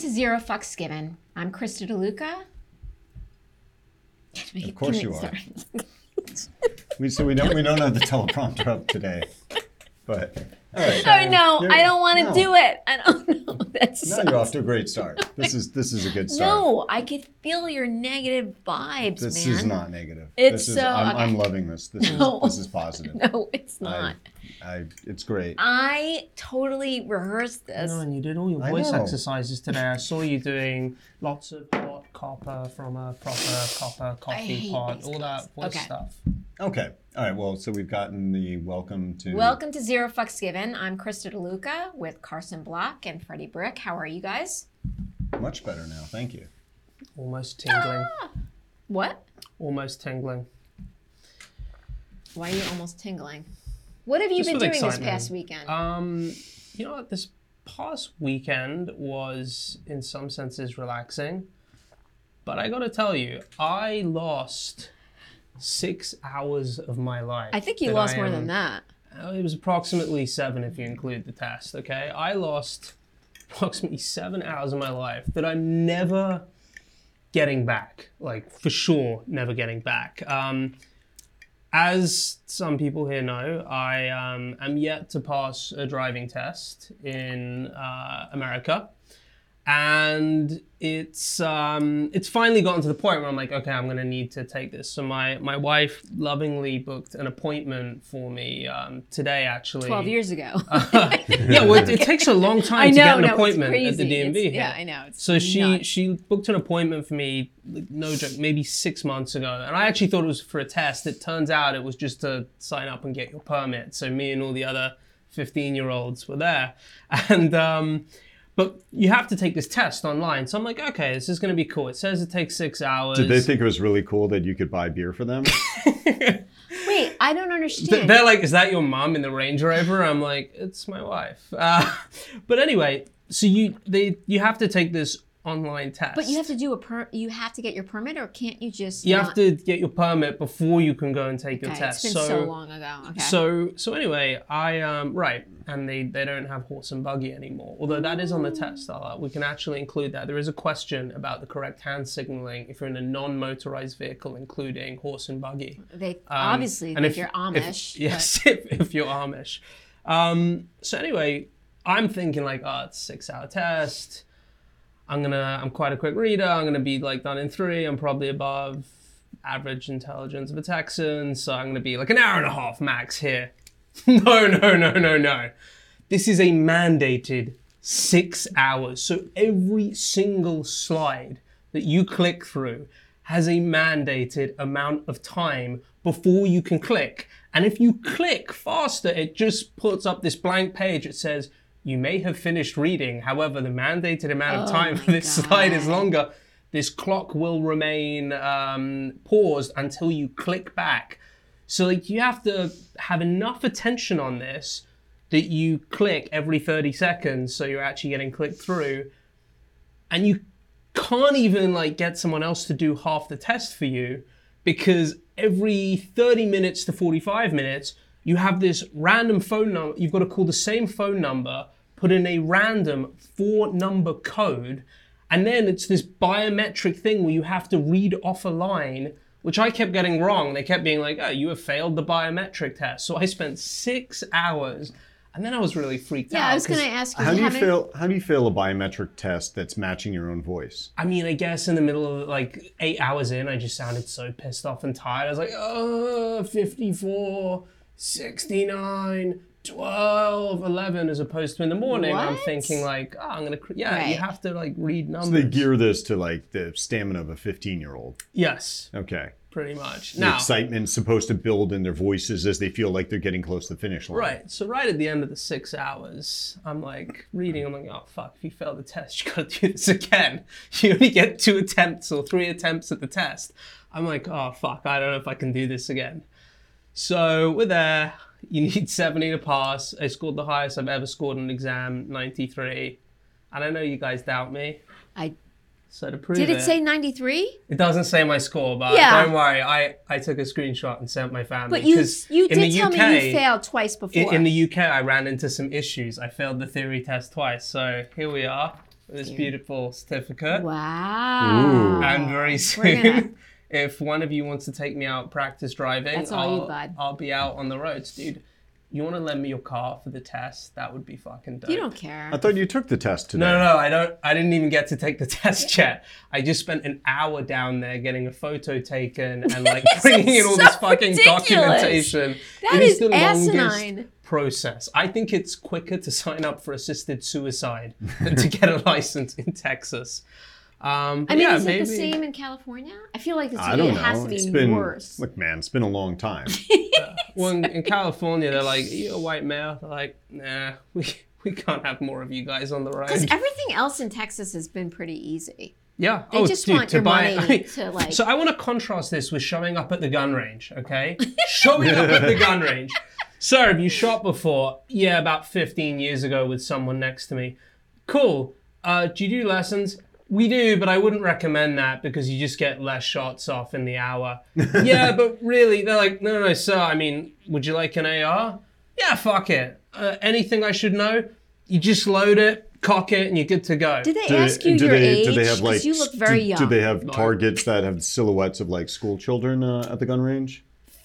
zero fucks given. I'm Krista DeLuca. Of course you are. We, so we don't we don't have the teleprompter up today, but all right. Oh no, You're- I don't want to no. do it. I don't know. That's Now you're off to a great start. This is this is a good start. no. I could feel your negative vibes, this man. is not negative. It's this is, so- I'm, I'm loving this. This No. is this is positive. No, it's not. I, I it's great. I totally rehearsed this. No, and you did all your I voice know. exercises today. I saw you doing lots of hot copper from a proper copper coffee hate pot, these all that voice Okay. stuff. Okay. All right. Well, so we've gotten the welcome to Welcome to Zero Fucks Given. I'm Krista DeLuca with Carson Block and Freddie Brick. How are you guys? much better now. Thank you. Almost tingling. What? Almost tingling. Why are you almost tingling? What have you Just been with doing this excitement. past weekend? Um, you know what? This past weekend was, in some senses, relaxing. But I gotta tell you, I lost six hours of my life. I think you lost more than than that. I am- that. Uh, It was approximately seven if you include the test, okay? I lost approximately seven hours of my life that I'm never getting back. Like, for sure, never getting back. Um, as some people here know, I um, am yet to pass a driving test in uh, America. And it's um, it's finally gotten to the point where I'm like, okay, I'm gonna need to take this. So my my wife lovingly booked an appointment for me um, today, actually. Twelve years ago. yeah, well, it, it takes a long time I to know. get an no, it's appointment at the crazy. DMV. It's- here. Yeah, I know. It's So she nuts. she booked an appointment for me, like, no joke, maybe six months ago, and I actually thought it was for a test. It turns out it was just to sign up and get your permit. So me and all the other fifteen year olds were there, and um, but you have to take this test online. So I'm like, okay, this is going to be cool. It says it takes six hours. Did they think it was really cool that you could buy beer for them? Wait, I don't Th- understand. They're like, "Is that your mom in the Range Rover?" I'm like, "It's my wife." Uh, but anyway, so you they you have to take this online test. but you have to do a per. You have to get your permit, or can't you just? You not- have to get your permit before you can go and take your Okay, test. It's been so, long ago. Okay. So so anyway, I um right, and they they don't have horse and buggy anymore. Although that is on the Mm. test, I'll, uh, we can actually include that. There is a question about the correct hand signaling if you're in a non-motorized vehicle, including horse and buggie. they obviously um, and think if- you're if- Amish. yes, if, if you're Amish. Um, so anyway, I'm thinking like, oh, it's a six-hour test. I'm gonna, I'm quite a quick reader. I'm gonna be like done in three. I'm probably above average intelligence of a Texan, so I'm gonna be like an hour and a half max here. no, no, no, no, no. This is a mandated six hours. So every single slide that you click through has a mandated amount of time before you can click. And if you click faster, it just puts up this blank page that says, you may have finished reading. However, the mandated amount of time for this slide is longer. This clock will remain um, paused until you click back. So like you have to have enough attention on this that you click every 30 seconds so you're actually getting clicked through and you can't even like get someone else to do half the test for you because every 30 minutes to 45 minutes you have this random phone number you've got to call the same phone number put in a random four number code and then it's this biometric thing where you have to read off a line which i kept getting wrong they kept being like oh you have failed the biometric test so i spent six hours and then i was really freaked out yeah, I was 'cause- gonna ask you. How do you many- fail? How do you fail a biometric test that's matching your own voice? I mean, I guess in the middle of like eight hours in, I just sounded so pissed off and tired. I was like, oh, 54, 69, 12, 11, as opposed to in the morning, I'm What? thinking like, oh, I'm going to, cr- yeah, Right. you have to like read numbers. They gear this to like the stamina of a 15-year-old. yes, Okay. pretty much. The Now, excitement's supposed to build in their voices as they feel like they're getting close to the finish line. right. So right at the end of the six hours, I'm like reading, I'm like, oh, fuck, if you fail the test, you got to do this again. You only get two attempts or three attempts at the test. I'm like, oh, fuck, I don't know if I can do this again. So we're there. You need 70 to pass. I scored the highest I've ever scored on an exam, 93. And I know you guys doubt me. I- So to prove Did it it say 93? it doesn't say my score, but Yeah. don't worry. I, I took a screenshot and sent my family. But you 'cause you in did the tell me you UK failed twice in, before. in the UK, I ran into some issues. I failed the theory test twice, so here we are. this beautiful certificate. Wow. Ooh. And very We're gonna- soon, if one of you wants to take me out practice driving, That's all I'll, you, bud. I'll be out on the roads, dude. You want to lend me your car for the test? That would be fucking dope. You don't care. I thought you took the test today. No, no, no, I don't. I didn't even get to take the test yet. I just spent an hour down there getting a photo taken and like bringing in all so this fucking ridiculous. documentation. That It is the longest asinine. process. I think it's quicker to sign up for assisted suicide than to get a license in Texas. Um, I mean, yeah, is maybe. it the same in California? I feel like it's, I don't it know. has to be it's been worse. look, man. It's been a long time. Well, in, in California, they're like, "Are you a white male?" They're like, "Nah, we we can't have more of you guys on the Because road." everything else in Texas has been pretty easy. Yeah. Oh, They just want your money to, like- So I want to contrast this with showing up at the gun range, okay? showing up at the gun range. Sir, have you shot before? Yeah, about 15 years ago with someone next to me. Cool. Uh, do you do lessons? We do, but I wouldn't recommend that because you just get less shots off in the hour. yeah, but really, they're like, no, no, no, sir. I mean, would you like an AR? Yeah, fuck it. Uh, anything I should know? You just load it, cock it, and you're good to go. Did they ask you your age? Because you look very do, young. do they have targets that have silhouettes of like school children uh, at the gun range?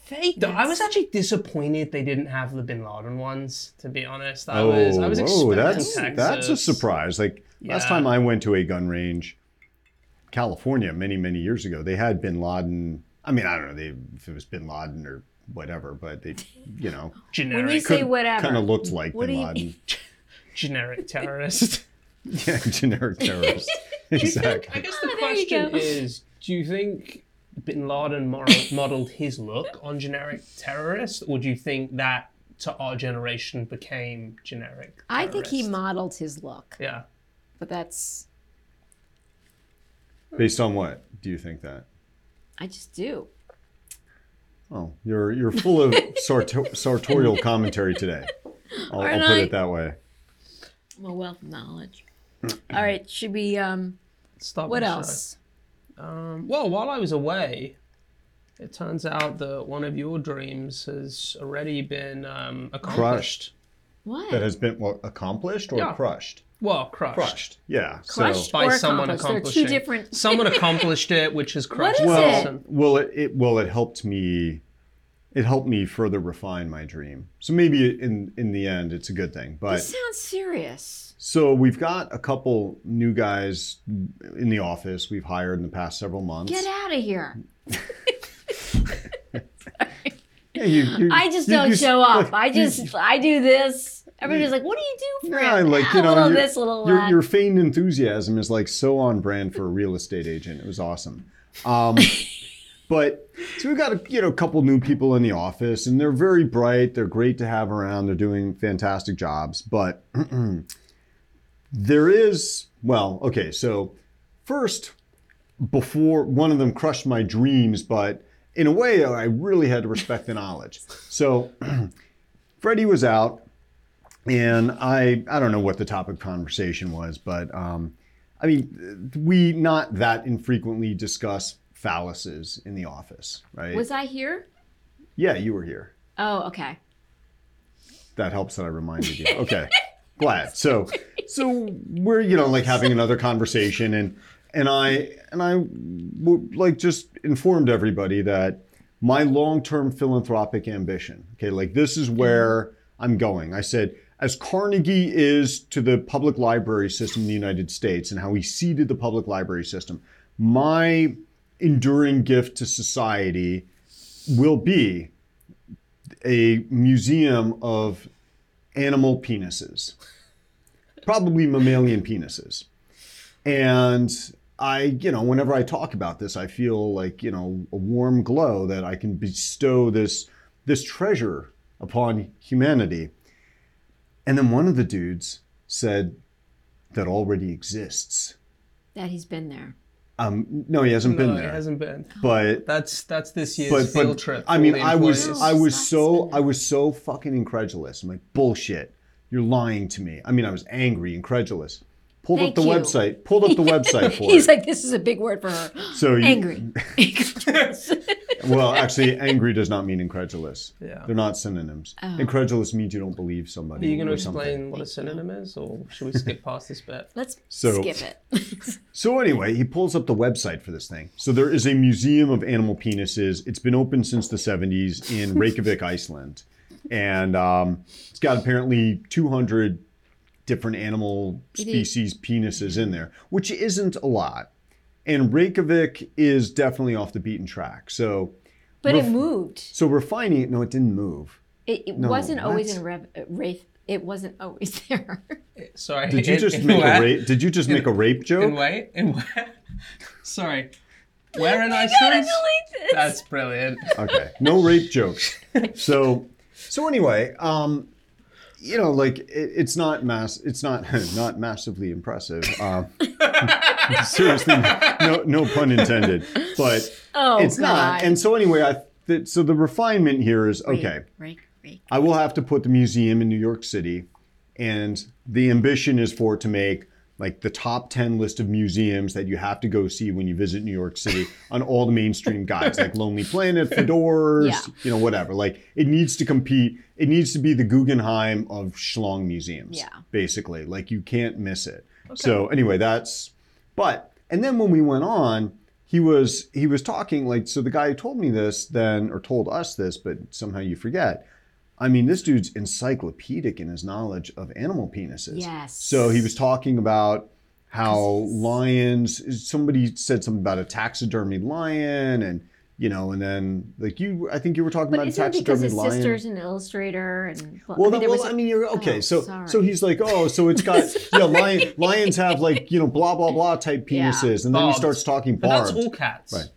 They do I was actually disappointed they didn't have the Bin Laden ones. To be honest, I oh, was. I was whoa, expecting that's Texas. that's a surprise. Like last Yeah. time I went to a gun range, California, many many years ago, they had Bin Laden. I mean, I don't know they, if it was Bin Laden or whatever, but they, you know, Generic, when you say whatever, kind of looked like What Bin do you Laden. generic terrorist. Yeah, generic terrorist. I exactly. guess the Oh, there you question go. is: Do you think Bin Laden mor- modeled his look on generic terrorists, or do you think that to our generation became generic? I think he terrorist? modeled his look, Yeah. but that's Based on what do you think that? I just do. Oh, you're you're full of sarto- sartorial commentary today. I'll, I'll Aren't put I? it that way. I'm a wealth of knowledge. Mm. All right, should we? Um, Stop what the show. else? Um, well, while I was away, it turns out that one of your dreams has already been um, accomplished. Crushed. What? That has been what, accomplished or Yeah. crushed? Well, crushed. Crushed. Yeah. Crushed So By Or someone accomplished. accomplishing. They're two different- someone accomplished it, which is crushed. is the it? person. well, it, it well it helped me. It helped me further refine my dream. So maybe in in the end, it's a good thing. But this sounds serious. so we've got a couple new guys in the office we've hired in the past several months. Get out of here! Yeah, you, you- I just you- don't you- show up. look, I you- just I do this. Everybody's like, "What do you do for Yeah, it?" like you "Ah, know, little your, this, little your, that. your feigned enthusiasm is like so on brand for a real estate agent. It was awesome. Um, but so we've got a you know a couple new people in the office, and they're very bright. They're great to have around. They're doing fantastic jobs. But there is well, okay. So first, before one of them crushed my dreams, but in a way, I really had to respect the knowledge. So Freddie was out and I I don't know what the topic of conversation was, but um, I mean, we not that infrequently discuss phalluses in the office, right? Was I here? yeah, you were here. Oh, okay. That helps that I reminded you. Okay, glad. So so we're you know like having another conversation, and and I and I w- like just informed everybody that my long-term philanthropic ambition. Okay, like this is where I'm going. I said, as Carnegie is to the public library system in the United States and how he seeded the public library system, my enduring gift to society will be a museum of animal penises, probably mammalian penises. And I, you know, whenever I talk about this, I feel like, you know, a warm glow that I can bestow this this treasure upon humanity. And then one of the dudes said that already exists. That he's been there. Um, no, he hasn't No, been it there. hasn't been. But That's that's this year's but, field but trip. I for mean, all the I was employees. I was Sucks. so I was so fucking incredulous. I'm like, bullshit, you're lying to me. I mean, I was angry, incredulous. Pulled Thank up the you. website. Pulled up the website for He's it. like, "This is a big word for her." so you- Angry. well, actually, angry does not mean incredulous. Yeah. They're not synonyms. Oh. Incredulous means you don't believe Are somebody. you going to or something. explain what a synonym is, or should we skip past this bit? Let's So- skip it. So anyway, he pulls up the website for this thing. So there is a museum of animal penises. It's been open since the 70s in Reykjavik, Iceland, and um, it's got apparently 200 different animal species penises in there, which isn't a lot. And Reykjavik is definitely off the beaten track. So but it Ref- moved. so refining it. No, it didn't move. It, it No, wasn't always what? in Rev, uh, Wraith. It wasn't always there. Sorry. Did you in- just in make a where? rape? Did you just make a rape In joke? where? In where? Sorry. Where in I gotta Iceland? delete this. That's brilliant. Okay, no rape jokes. So, so anyway, um, you know, like it, it's not mass, it's not not massively impressive. Um, seriously, no, no pun intended. But oh, it's God. not. And so anyway, I th- so the refinement here is Rake, okay. rake, rake. I will have to put the museum in New York City, and the ambition is for it to make like the top 10 list of museums that you have to go see when you visit New York City on all the mainstream guides like Lonely Planet, Fedoras, Yeah. you know whatever. Like it needs to compete. It needs to be the Guggenheim of schlong museums. Yeah. Basically, like you can't miss it. So anyway, that's but and then when we went on, he was he was talking like so the guy who told me this then or told us this, but somehow you forget. I mean, this dude's encyclopedic in his knowledge of animal penises. Yes. So he was talking about how lions. Somebody said something about a taxidermied lion, and you know, and then like you, I think you were talking But about a isn't it because taxidermied his lion. sister's an illustrator and well, I mean, that, there well, was a- I mean, you're okay. Oh, so, so sorry. he's like, oh, so it's got yeah, lion, lions have like you know, blah blah blah type Yeah. penises, and then Barbed. he starts talking But that's barbed. all cats. Right.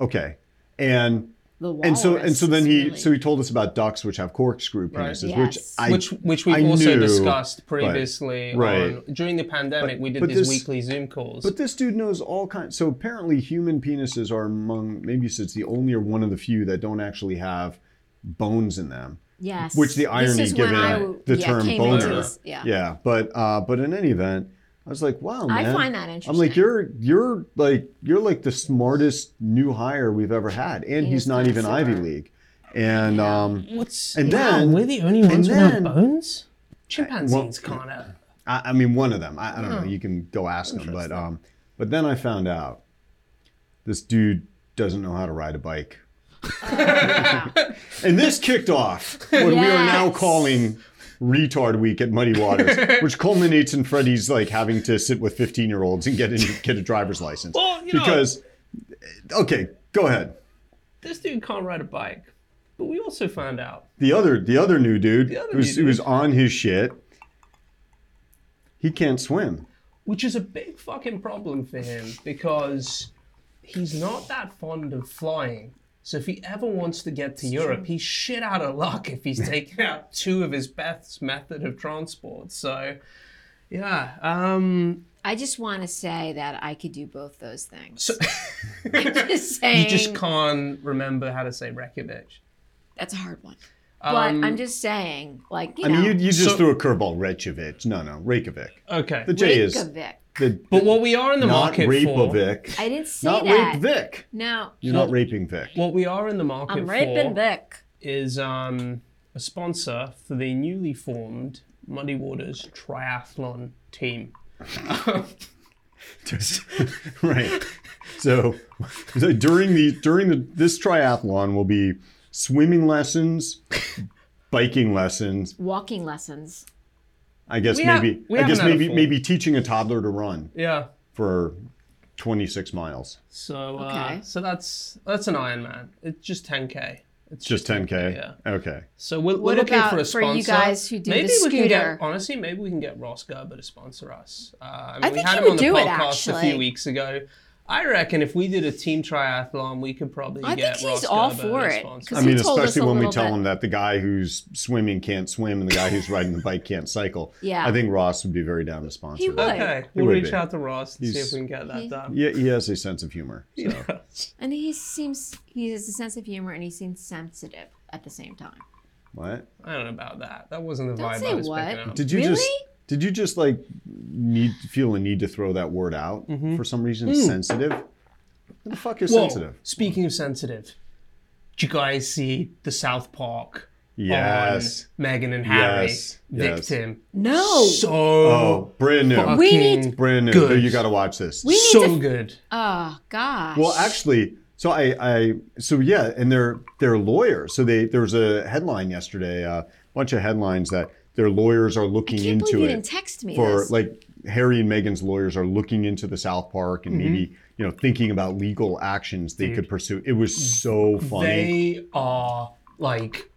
Okay, and the and so and walrus so then is he really- so he told us about ducks which have corkscrew Right. penises, which Yes. I which which we've I also knew, discussed previously. right. On, during the pandemic, But- we did but these this- weekly Zoom calls. But this dude knows all kinds. So apparently, human penises are among maybe it's the only or one of the few that don't actually have bones in them. yes, Which the This irony is when given I, the yeah, term came into boner. this- yeah. Yeah, but uh, but in any event, I was like, wow, I man. find that I'm interesting. like, you're you're like you're like the smartest new hire we've ever had, and He he's is not not even Ivy smart. League, and um, What's and then- we're the only ones without then- bones. Chimpanzees well- can't have. I, I mean, one of them. I, I don't know. Hmm. You can go ask them. But um, but then I found out this dude doesn't know how to ride a bike, Wow. and this kicked off what we are now Yes. calling retard week at Muddy Waters, which culminates in Freddie's like having to sit with 15 year olds and get in, get a driver's license Well, you know- because okay, go ahead. This dude can't ride a bike. But we also found out The other the other new dude other who's new dude. who's on his shit. He can't swim. which is a big fucking problem for him because he's not that fond of flying. So if he ever wants to get to Europe, he's shit out of luck if he's taken out two of his best method of transport. So, yeah, um, I just want to say that I could do both those things. I'm just saying you just can't remember how to say Reykjavik. that's a hard one. Um, but I'm just saying, like you I mean, know, you, you just So- threw a curveball, Reykjavik. No, no, Reykjavik. Okay, The J is Reykjavik. the, but what we are in the not market rape for, of Vic. I didn't say Not that. rape Vic. No, You're not raping Vic. what we are in the market I'm for, raping Vic. is um, a sponsor for the newly formed Muddy Waters Triathlon team. right. So, so during the during the this triathlon will be swimming lessons, biking lessons. Walking lessons. I guess We have- maybe we I guess haven't had a maybe full- maybe teaching a toddler to run Yeah. for 26 miles. So uh, Okay. so that's that's an Ironman. It's just 10k. It's Just 10k. Yeah. Okay. So we're, we're What looking for a about for sponsor. you guys who do the maybe we can get scooter? honestly, maybe we can get Ross Gerber to sponsor us. Uh, I, mean, I we think had he him would on the do it, podcast a few actually. weeks ago. I reckon if we did a team triathlon, we could probably I get think he's Ross all Gerber for to it, sponsor. 'cause I he mean, told us especially a when we little tell bit. him that the guy who's swimming can't swim and the guy who's riding the bike can't cycle. Yeah. I think Ross would be very down to sponsor. He that. would. Okay, He we'll would reach be. out to Ross and see if He's- we can get that done. Yeah, he has a sense of humor. So. And he seems he has a sense of humor and he seems sensitive at the same time. what? I don't know about that. That wasn't the Don't vibe I say was what. picking up. Did you Really? just did you just like need feel a need to throw that word out for some reason? Sensitive. Who the fuck is Mm-hmm. Mm. Whoa, sensitive? Speaking of sensitive, did you guys see the South Park Yes. on Meghan and Harry Yes, yes. victim? No. So Oh, brand new. We need- fucking Brand new. good. You got to watch this. We need so to- good. oh gosh. Well, actually, so I, I, so yeah, and they're they're lawyers. So they there was a headline yesterday, a bunch of headlines that their lawyers are I looking can't believe into you it didn't text me for this. like Harry and Meghan's lawyers are looking into the South Park and Mm-hmm. maybe you know thinking about legal actions they could pursue. It was so funny. They are like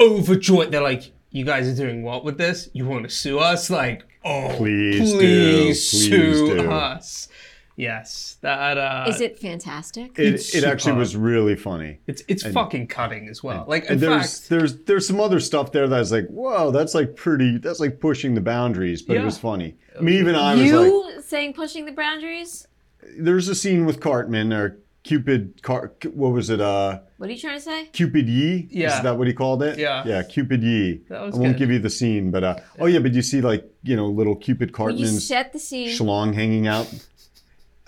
overjoyed. They're like, you guys are doing what with this? You want to sue us? Like, oh, Please please, do, please sue do." us. Yes, that uh, Is it fantastic? it it's it actually superb. was really funny. it's it's fucking cutting as well. Like, in And there's fact, there's there's some other stuff there that's like whoa that's like pretty that's like pushing the boundaries but it Yeah. Uh, was funny. I mean even I was like you saying pushing the boundaries? there's a scene with Cartman or Cupid Car what was it uh What are you trying to say? Cupid Yee is Yeah. that what he called it Yeah. yeah Cupid Yee That was I won't good. give you the scene but uh oh yeah but you see like you know little Cupid You Cartman's set the scene. shlong hanging out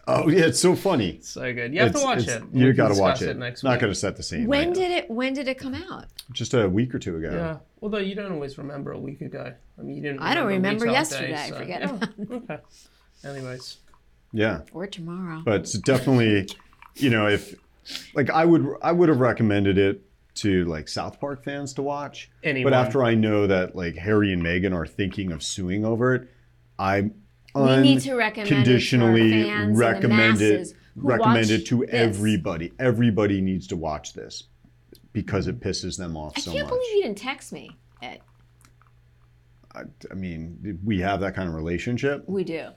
oh yeah it's so funny so good. You have It's- to watch it's- it. We you can gotta discuss watch it, next not week. gonna set the scene when right did it when did it come out? now. just a week or two ago Yeah. Although you don't always remember a week ago. I mean, you didn't. I don't remember which yesterday. Day, I so- forget Yeah. about okay. Anyways, yeah Or tomorrow. but it's definitely you know if like i would i would have recommended it to like south park fans to watch Anyone. but after i know that like harry and megan are thinking of suing over it i'm we need to recommend it unconditionally to our fans recommend and the it masses who recommend it watch to this. everybody everybody needs to watch this because it pisses them off I so can't much believe you didn't text me. Eh, I, I mean we have that kind of relationship We do.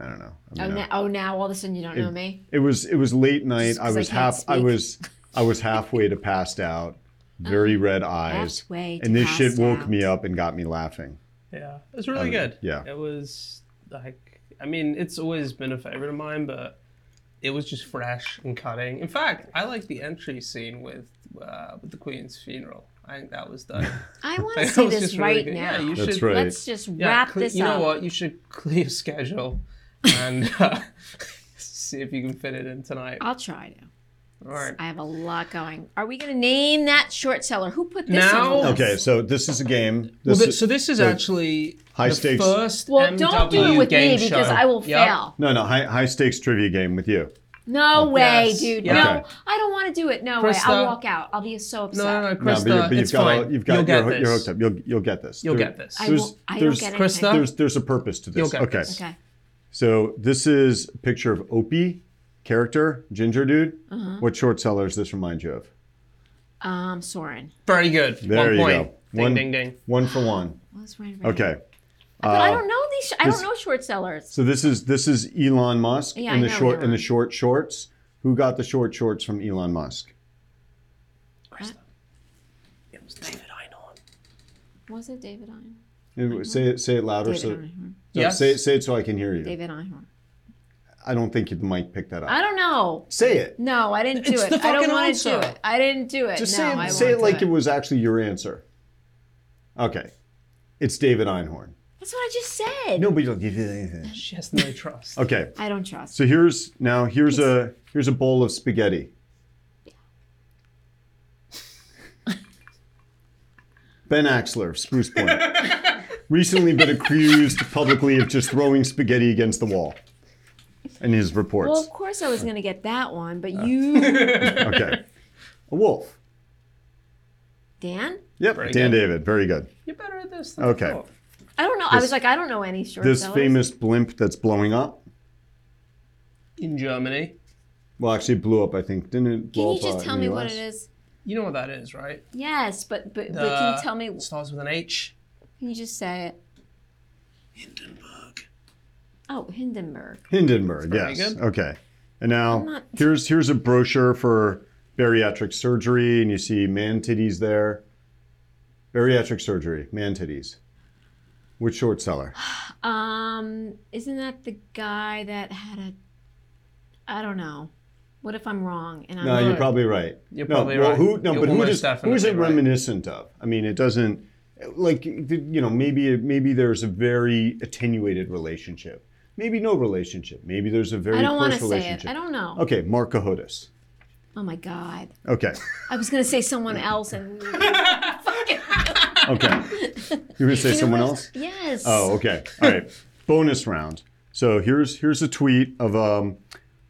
i don't know Oh, I mean, I- now, oh, now all of a sudden you don't know me. It was it was late night. Just I 'cause I was can't half I speak. was I was halfway to passed out, Oh. very red eyes. halfway to and this shit passed woke out. me up and got me laughing. yeah, it was really good. Um, yeah. It was like, I mean, it's always been a favorite of mine, but it was just fresh and cutting. In fact, I like the entry scene with uh, with the Queen's funeral. I think that was done. I want to Like, see that was this just really right good. now. Yeah, you That's should right. Let's just yeah, wrap cle- this You know up. what? You should clear your schedule and uh, see if you can fit it in tonight. I'll try to. All right. I have a lot going. Are we going to name that short seller? Who put this Now- on? the list? Okay, so this is a game. Well, This thi- is- so this is actually High the stakes. first Well, MW don't do it with game me because show. I will Yep. fail. no, no, high, high stakes trivia game with you. No way, Oh, Yes. dude. Yeah. No, Okay. I don't want to do it. No way. Krista- I'll walk out. I'll be so No, upset. no, no, No, Krista, but, you, but it's you've got fine. all, you've You'll got get you're, this. you're hooked up. You'll you'll get this. You'll There- get this. I, there's- won't, I don't there's- get Krista? anything. There's there's a purpose to this. You'll get okay. this. Okay. So this is a picture of Opie, character, ginger dude. Uh-huh. What short seller does this remind you of? Um, Soren. Very good. There one you point. go. Ding, one, ding, ding. One for one. What was right about Okay. But I Uh, don't know these. I this- don't know short sellers. So this is this is Elon Musk Yeah, I in the know short in Elon. the short shorts. Who got the short shorts from Elon Musk? It was David Einhorn. Was it David Einhorn? Uh, Say it say it louder David so Einhorn. no, Yes. say it say it so I can hear you. David Einhorn. I don't think the mic picked that up. I don't know. say it. No, I didn't do It's it. the I don't fucking want to do answer. it. I didn't do it. Just no, say I it say it won't like do it was actually your answer. Okay. It's David Einhorn. That's what I just said. Nobody will give you anything. She has no trust. Okay. I don't trust. So here's now here's a here's a bowl of spaghetti. Ben Axler of Spruce Point recently been accused publicly of just throwing spaghetti against the wall. In his Well, of reports, course I was going to get that one, Uh. but you, okay, a wolf. Dan, Yep, Very Dan good. David, very good. You're better at this. Than Okay. I thought. I don't know. I This- was like, I don't know any short This sellers. famous blimp that's blowing up. In Germany, Well, actually, it blew up. I think didn't it? Can blow you up, just uh, tell in me the what it US? is? you know what that is, right? Yes, but but, but can The- you tell me? It starts with an H. Can you just say it? Hindenburg. Oh, Hindenburg. Hindenburg, Very yes. good. Okay. And now not- here's here's a brochure for bariatric surgery, and you see man titties there. Bariatric surgery, man titties. Which short seller? Um, isn't that the guy that had a? I don't know. What if I'm wrong? And I'm No, you're wrong? probably right. You're no, probably well, right. Who, no, You're but who almost does, who is it definitely right. reminiscent of? I mean, it doesn't like you know maybe maybe there's a very attenuated relationship, maybe no relationship, maybe there's a very I don't want close to say it. relationship. I don't know. Okay, Mark Cahotis. Oh my god. Okay. I was gonna say someone else and Okay. You're gonna say You know someone what? else? Yes. Oh, okay. All right. Bonus round. So here's here's a tweet of um,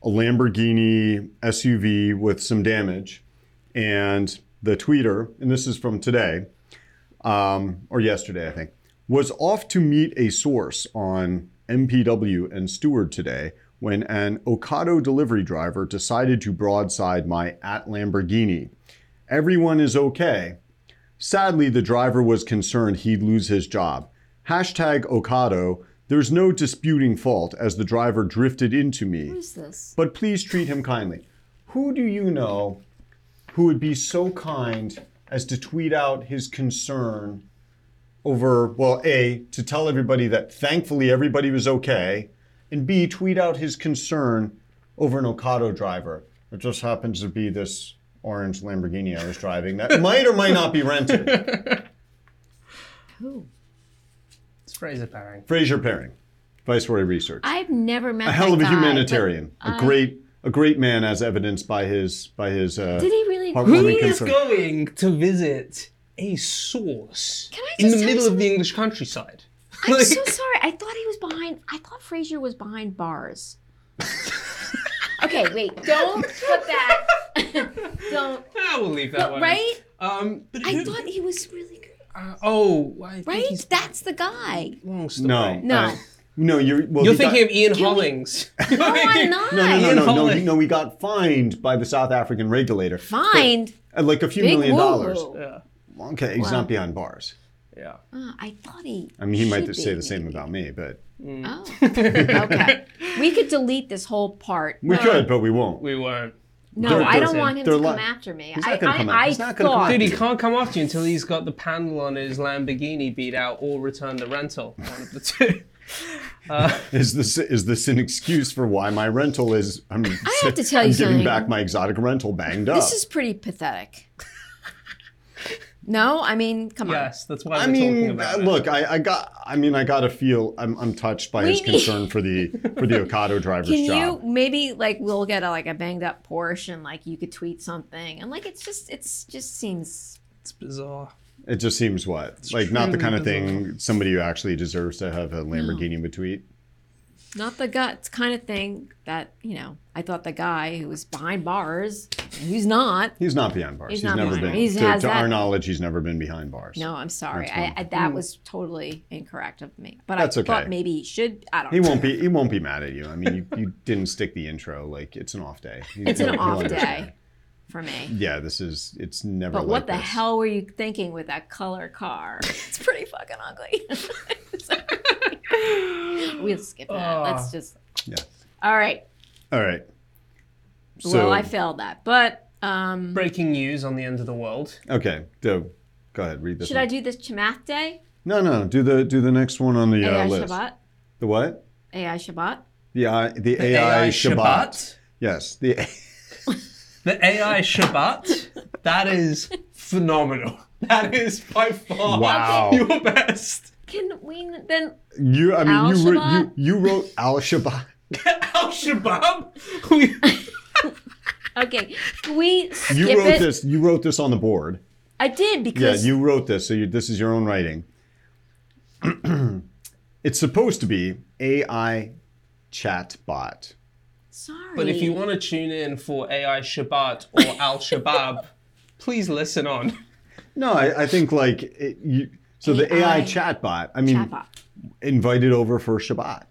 a Lamborghini SUV with some damage, and the tweeter, and this is from today, um, or yesterday, I think, was off to meet a source on MPW and Steward today when an Ocado delivery driver decided to broadside my at Lamborghini. Everyone is okay. Sadly, the driver was concerned he'd lose his job. Hashtag Ocado, there's no disputing fault as the driver drifted into me, Who's this? but please treat him kindly. Who do you know who would be so kind as to tweet out his concern over, well, A, to tell everybody that thankfully everybody was okay, and B, tweet out his concern over an Ocado driver? It just happens to be this orange Lamborghini I was driving that might or might not be rented. Who? It's Fraser pairing. Fraser Pairing, Viceroy Research. I've never met a hell of a that guy, humanitarian, but a I- great a great man, as evidenced by his by his. Uh, Did he really? Heartwarming He is concern. going to visit a source Can I in the just tell middle you of the English countryside. I'm Like, so sorry. I thought he was behind. I thought Frasier was behind bars. okay, wait. Don't put that. don't. I will leave that But, one. right? In. Um, but I who- thought he was really good. uh, oh, I think Right? he's That's the guy. long story. no, No. uh, no, you're well, You're he got- thinking of Ian Hollings. No, I'm not. No, no, no, Ian no, no, Holland. he- no. We got fined by the South African regulator, Mind. at like a few Big million woo-woo. dollars. yeah. Okay, he's not behind bars. Yeah. Ah, I thought he. I mean, he might should say be. the same about me, but Oh. okay. We could delete this whole part. we could, but we won't. We weren't. No, I don't they're- want him to they're come li- after me. He's I, not gonna I, come I after- he's not gonna come thought. Dude, he can't come after you until he's got the panel on his Lamborghini beat out or return the rental. One of the two. Is this is this an excuse for why my rental is? I'm, I have to tell you am giving something. back my exotic rental banged up. This is pretty pathetic. no, I mean, come on. Yes, that's why I we're talking mean, about uh, it. look, I, I got. I mean, I gotta feel. I'm, I'm touched by his need- concern for the for the Okado driver's Can job. you maybe like we'll get a, like a banged up Porsche and like you could tweet something and like it's just it's just seems It's bizarre. It just seems what like not the truly kind of thing somebody who actually deserves to have a Lamborghini would tweet. not the guts kind of thing that you know I thought the guy who was behind bars who's not. He's not behind bars. He's, He's not never behind been. bars. He's- to has to our that- knowledge, he's never been behind bars. No, I'm sorry. That's one. I, I, that was totally incorrect of me. But Hmm. That's I okay. thought maybe he should. I don't. He know. won't be. He won't be mad at you. I mean, you, you didn't stick the intro. Like it's an off day. He- It's an he'll- he'll off understand. day for me. Yeah, this is. It's never. But like what the this. hell were you thinking with that color car? It's pretty fucking ugly. Sorry. we'll skip that. Ah. Let's just. Yeah. All right. All right. So well, I failed that. But um, Breaking news on the end of the world. okay. So, go ahead. Read this. should one. I do this Chamath Day? No, no. Do the do the next one on the uh, AI list. Shabbat? The what? AI Shabbat? The I, the, AI, Shabbat. Shabbat. Yes. The The AI Shabbat, that is phenomenal. That is by far Wow. your best. Can we n- then? you. I mean, you, wrote, you Al-Shabbat? you wrote Al Shabbat. Al Shabab? We- Okay. Can we skip You wrote it? this. You wrote this on the board. I did Yeah, because. you wrote this. So you, this is your own writing. it's supposed to be AI chatbot. Sorry. but if you want to tune in for AI Shabbat or Al Shabab, please listen on. No, I, I think like it, you. So the AI AI chatbot. I mean, Shabbat. invited over for Shabbat.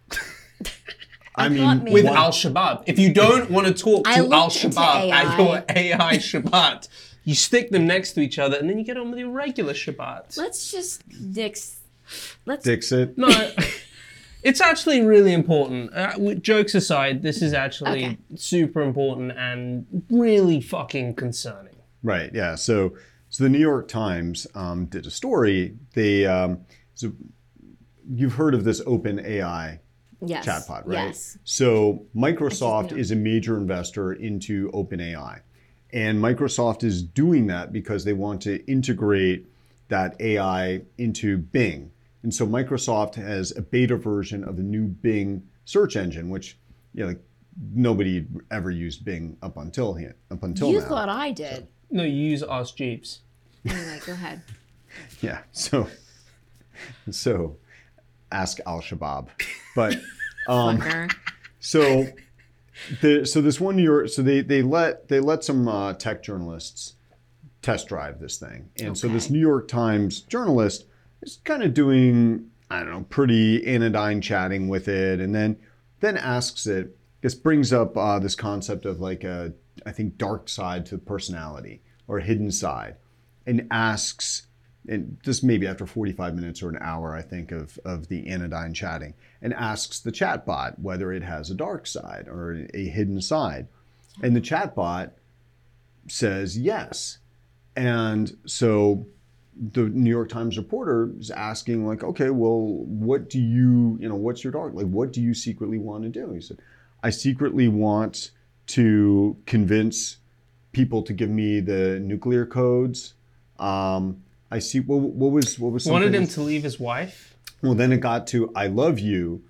I, mean, thought maybe- With why- Al Shabab. If you don't want to talk to I Al looked into Shabab AI. at your AI Shabbat, you stick them next to each other and then you get on with your regular Shabbat. Let's just nix. Let's Dixit. No, it's actually really important. Uh, with jokes aside, this is actually Okay. super important and really fucking concerning. Right. Yeah. So, so the New York Times um, did a story. They um, so you've heard of this open AI yes. chatbot, right? Yes. So Microsoft new. is a major investor into OpenAI, and Microsoft is doing that because they want to integrate that AI into Bing. And so Microsoft has a beta version of the new Bing search engine, which you know, like, nobody ever used Bing up until he, up until you now. thought I did. No, you use Ask Jeeves. Anyway, go ahead. Yeah. So, so ask Al Shabaab. But um, Fucker. so, the, so this one New York, so they they let they let some uh, tech journalists test drive this thing, and so this Okay. New York Times journalist is kind of doing I don't know, pretty anodyne chatting with it, and then then asks it. This brings up uh, this concept of like a I think dark side to personality or hidden side, and asks and this maybe after 45 minutes or an hour, I think, of, of the anodyne chatting, and asks the chatbot whether it has a dark side or a hidden side. And the chatbot says yes. And so the New York Times reporter is asking, like, okay, well, what do you, you know, what's your dark? Like, what do you secretly want to do? He said, I secretly want to convince people to give me the nuclear codes. Um, I see. What, what was what was something Wanted him to leave his wife. well, then it got to I love you.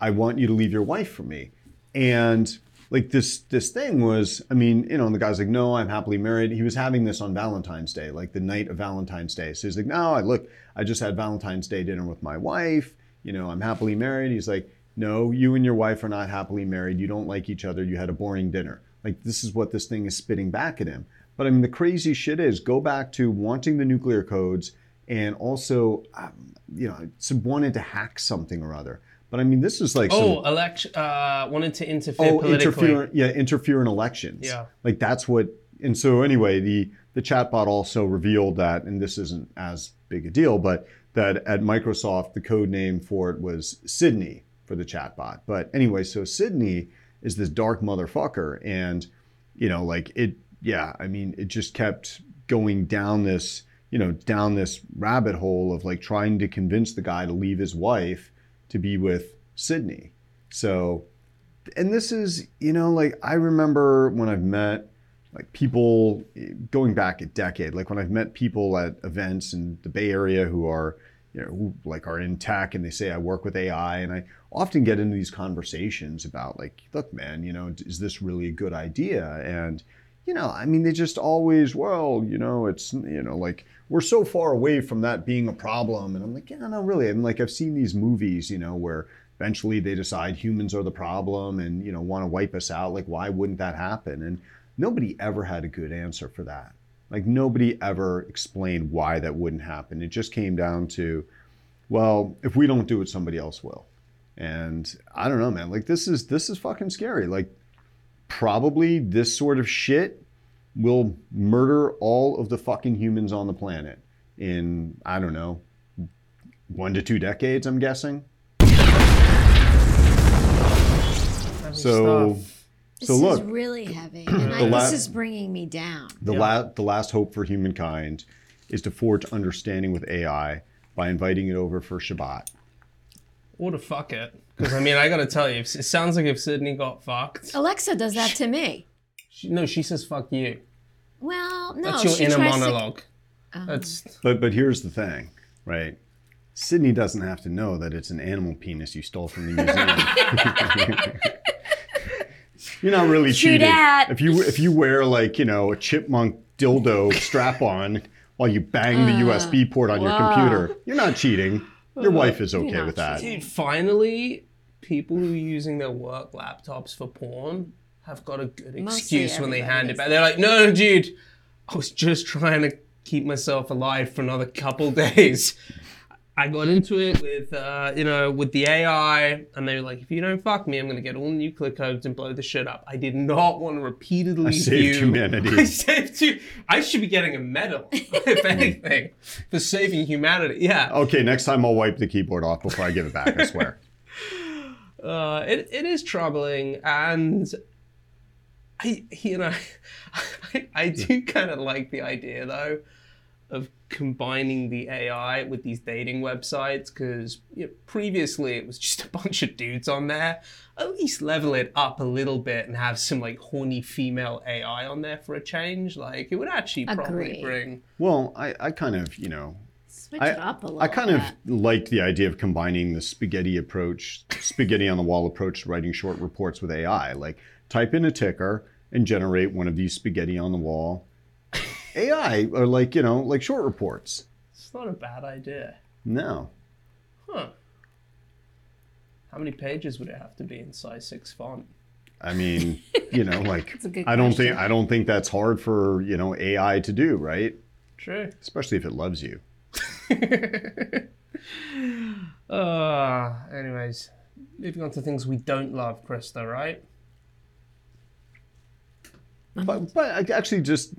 I want you to leave your wife for me. And like this this thing was, I mean, you know, and the guy's like, no, I'm happily married. He was having this on Valentine's Day, like the night of Valentine's Day. So he's like, no, I look, I just had Valentine's Day dinner with my wife. You know, I'm happily married. He's like, no, you and your wife are not happily married. You don't like each other. You had a boring dinner. Like this is what this thing is spitting back at him. But I mean, the crazy shit is go back to wanting the nuclear codes and also, um, you know, some wanted to hack something or other. But I mean, this is like some- Oh, election. Uh, wanted to interfere oh, politically. interfere, yeah, interfere in elections. Yeah. like that's what. And so anyway, the the chatbot also revealed that, and this isn't as big a deal, but that at Microsoft, the code name for it was Sydney for the chatbot. But anyway, so Sydney is this dark motherfucker, and you know, like it. Yeah, I mean, it just kept going down this, you know, down this rabbit hole of like trying to convince the guy to leave his wife to be with Sydney. So and this is you know like i remember when i've met like people eh, going back a decade like when i've met people at events in the bay area who are you know who like are in tech and they say i work with ai and i often get into these conversations about like look man you know is this really a good idea and you know i mean they just always well you know it's you know like we're so far away from that being a problem and i'm like yeah no really i'm like i've seen these movies you know where eventually they decide humans are the problem and you know want to wipe us out like why wouldn't that happen and nobody ever had a good answer for that like nobody ever explained why that wouldn't happen it just came down to well if we don't do it somebody else will and i don't know man like this is this is fucking scary like probably this sort of shit will murder all of the fucking humans on the planet in i don't know one to two decades i'm guessing Heavy so stuff. This so look is really heavy. And I, la- this is bringing me down. The, Yeah. la- the last hope for humankind is to forge understanding with AI by inviting it over for Shabbat. Or to fuck it. Because I mean, I gotta tell you, if- it sounds like if Sydney got fucked. Alexa does that to me. She, no, she says fuck you. Well, no, That's your Oh, she inner tries Um, monologue. That's But but here's the thing, right? Sydney doesn't have to know that it's an animal penis you stole from the museum. You're not really True cheating. dat. If you if you wear like you know a chipmunk dildo strap on while you bang the USB Uh, port on your computer, you're not cheating. Your wife is okay not with that. dude. Finally, people who are using their work laptops for porn have got a good excuse when they everybody hand it back. They're like, "No, dude, I was just trying to keep myself alive for another couple days." I got into it with, uh, you know, with the AI, and they were like, "If you don't fuck me, I'm gonna get all the nuclear codes and blow the shit up." I did not want to repeatedly saved view- humanity. I saved you. I should be getting a medal, if anything, for saving humanity. Yeah. Okay, next time I'll wipe the keyboard off before I give it back. I swear. uh, it, it is troubling and I you know I, I do kind of like the idea though of combining the AI with these dating websites because you know, previously it was just a bunch of dudes on there. At least level it up a little bit and have some like horny female AI on there for a change. Like it would actually probably Agree. bring Well, I, I kind of, you know, Switch I- it up a little. I kind of bit. liked the idea of combining the spaghetti approach, spaghetti on the wall approach to writing short reports with AI. Like type in a ticker and generate one of these spaghetti on the wall AI or like, you know, like short reports. It's not a bad idea. No. Huh. How many pages would it have to be in size 6 font? I mean, you know, like That's a good I don't think question. I don't think that's hard for, you know, AI to do, right? True. Especially if it loves you. Uh, anyways, moving on to things we don't love, Krista, right? But but I actually just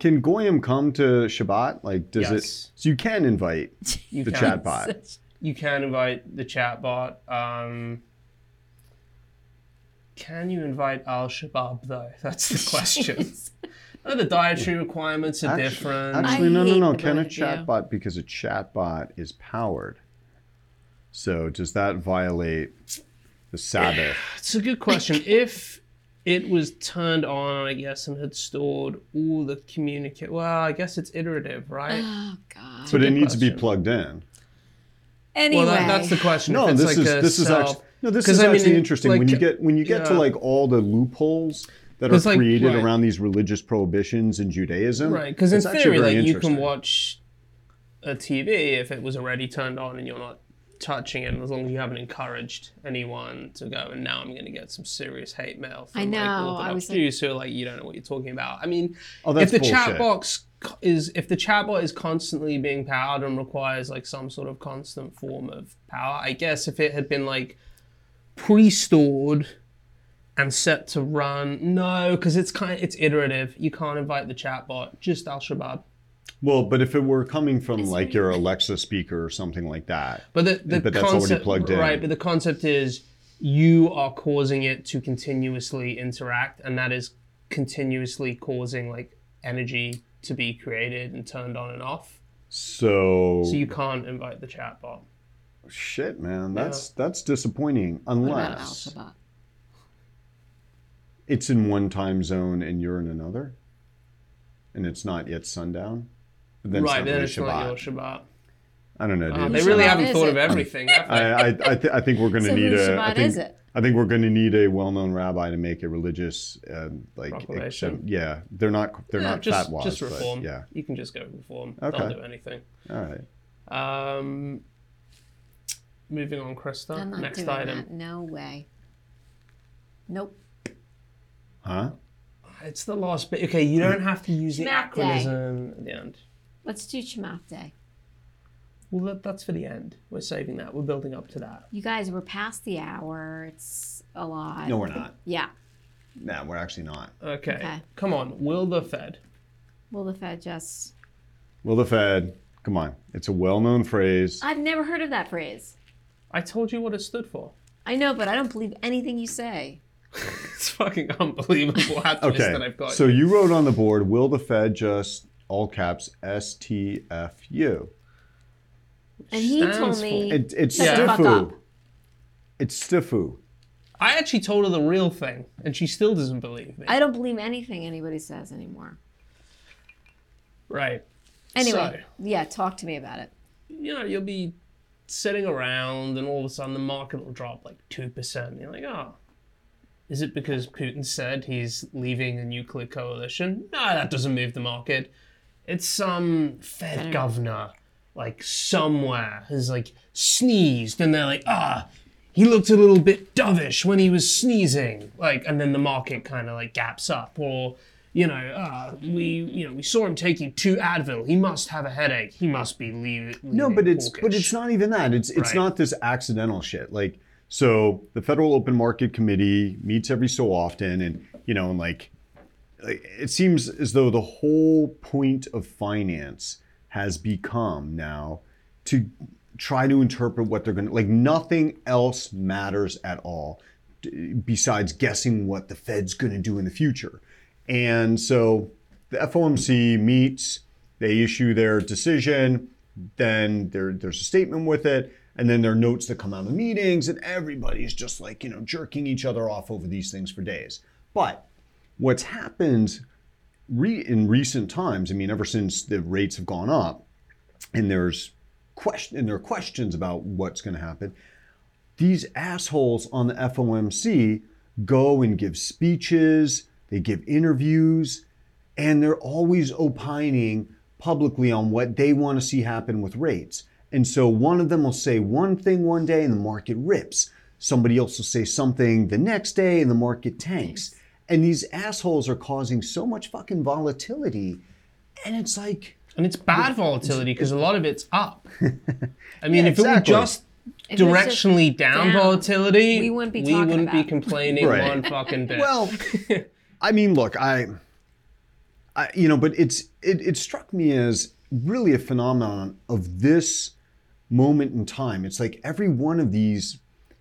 can Goyim come to Shabbat? Like does Yes. it so you can invite You the can. chatbot. You can invite the chatbot. Um, can you invite Al Shabab, though? That's the question. Uh, the dietary requirements are Actu- different. Actually, no, no, hate no. the Can a both of you. chatbot because a chatbot is powered? So does that violate the Sabbath? It's a good question. if it was turned on, I guess, and had stored all the communicate. Well, I guess it's iterative, right? Oh God. but it needs to question. be plugged in. Anyway, Well, that, that's the question. No, if it's this like is a this is self- actually no, this 'Cause is I mean, actually in- interesting. when like, you get when you get to yeah. like all the loopholes that are 'Cause, like, created right. around these religious prohibitions in Judaism, Right, because in it's actually theory, very like you can interesting. watch a TV if it was already turned on and you're not touching it, as long as you haven't encouraged anyone to go. And now I'm going to get some serious hate mail from I know, like I Orthodox was like- Jews who are like, you don't know what you're talking about. I mean, Oh, if that's the bullshit. chat box co- is if the chatbot is constantly being powered and requires like some sort of constant form of power, I guess if it had been like pre-stored and set to run, no, because it's kind it's iterative. You can't invite the chatbot, just Al Shabaab. Well, but if it were coming from like your Alexa speaker or something like that, But the, the But that's already concept, plugged in. right? But the concept is you are causing it to continuously interact, and that is continuously causing like energy to be created and turned on and off. so, So you can't invite the chatbot. shit, man, that's that's disappointing. what about Al Unless Shabaab? it's in one time zone and you're in another, and it's not yet sundown. But then right, it's not then really it's not your Shabbat. Shabbat. I don't know, dude. Uh, they It's not- really Shabbat haven't is thought of it? everything. have they? I I, I, th- I think we're going to So need whose a. I Shabbat think, is it? I think we're going to need a well-known rabbi to make a religious, uh, like, Proclamation. accept- yeah, they're not they're Yeah, not just, fatwas, just reform. but yeah, You can just go reform. They'll Okay. do anything. all right. Um, moving on, Krista. I'm not Next doing item. that. No way. Nope. Huh? Ah, It's the last bit. Okay, you don't have to use the Math day. acronym at the end. Let's do Chamath Day. Well, that, that's for the end. We're saving that. We're building up to that. You guys, we're past the hour. It's a lot. No, we're not. Yeah. No, we're actually not. Okay. Okay. Come on. Will the Fed? Will the Fed just? Will the Fed? Come on, it's a well-known phrase. I've never heard of that phrase. I told you what it stood for. I know, but I don't believe anything you say. It's fucking unbelievable how twist Okay, that I've got. so you wrote on the board, "Will the Fed just all caps STFU?" And he Stands told for- me It, it's Shut the fuck stifu. up. It's stifu. I actually told her the real thing, and she still doesn't believe me. I don't believe anything anybody says anymore. right. Anyway, yeah, talk to me about it. you know, you'll be sitting around and all of a sudden the market will drop like 2%. You're like, oh, is it because Putin said he's leaving a nuclear coalition? No, that doesn't move the market. It's some Fed governor, like somewhere, has like sneezed and they're like, ah, he looked a little bit dovish when he was sneezing. Like, and then the market kind of like gaps up or. You know, uh, we you know we saw him taking two Advil. He must have a headache. He must be leaving. No, but it's but it's not even that. It's it's Right. not this accidental shit. Like so, the Federal Open Market Committee meets every so often, and you know, and like, like, it seems as though the whole point of finance has become now to try to interpret what they're going to like. Nothing else matters at all d- besides guessing what the Fed's going to do in the future, and so the FOMC meets. They issue their decision then there, there's a statement with it and then there are notes that come out of meetings and everybody's just like you know jerking each other off over these things for days but what's happened re- in recent times i mean ever since the rates have gone up and there's question in their questions about what's going to happen. These assholes on the FOMC go and give speeches, they give interviews, and they're always opining publicly on what they want to see happen with rates. And so one of them will say one thing one day and the market rips. Somebody else will say something the next day and the market tanks. And these assholes are causing so much fucking volatility. And it's like, And it's bad volatility because a lot of it's up. I mean, Yeah, if it were exactly. just If it was just directionally down, down, volatility, we wouldn't be we talking wouldn't be about it. complaining Right. one fucking bit. Well, I mean, look, I, I, you know, but it's it, it struck me as really a phenomenon of this moment in time. It's like every one of these,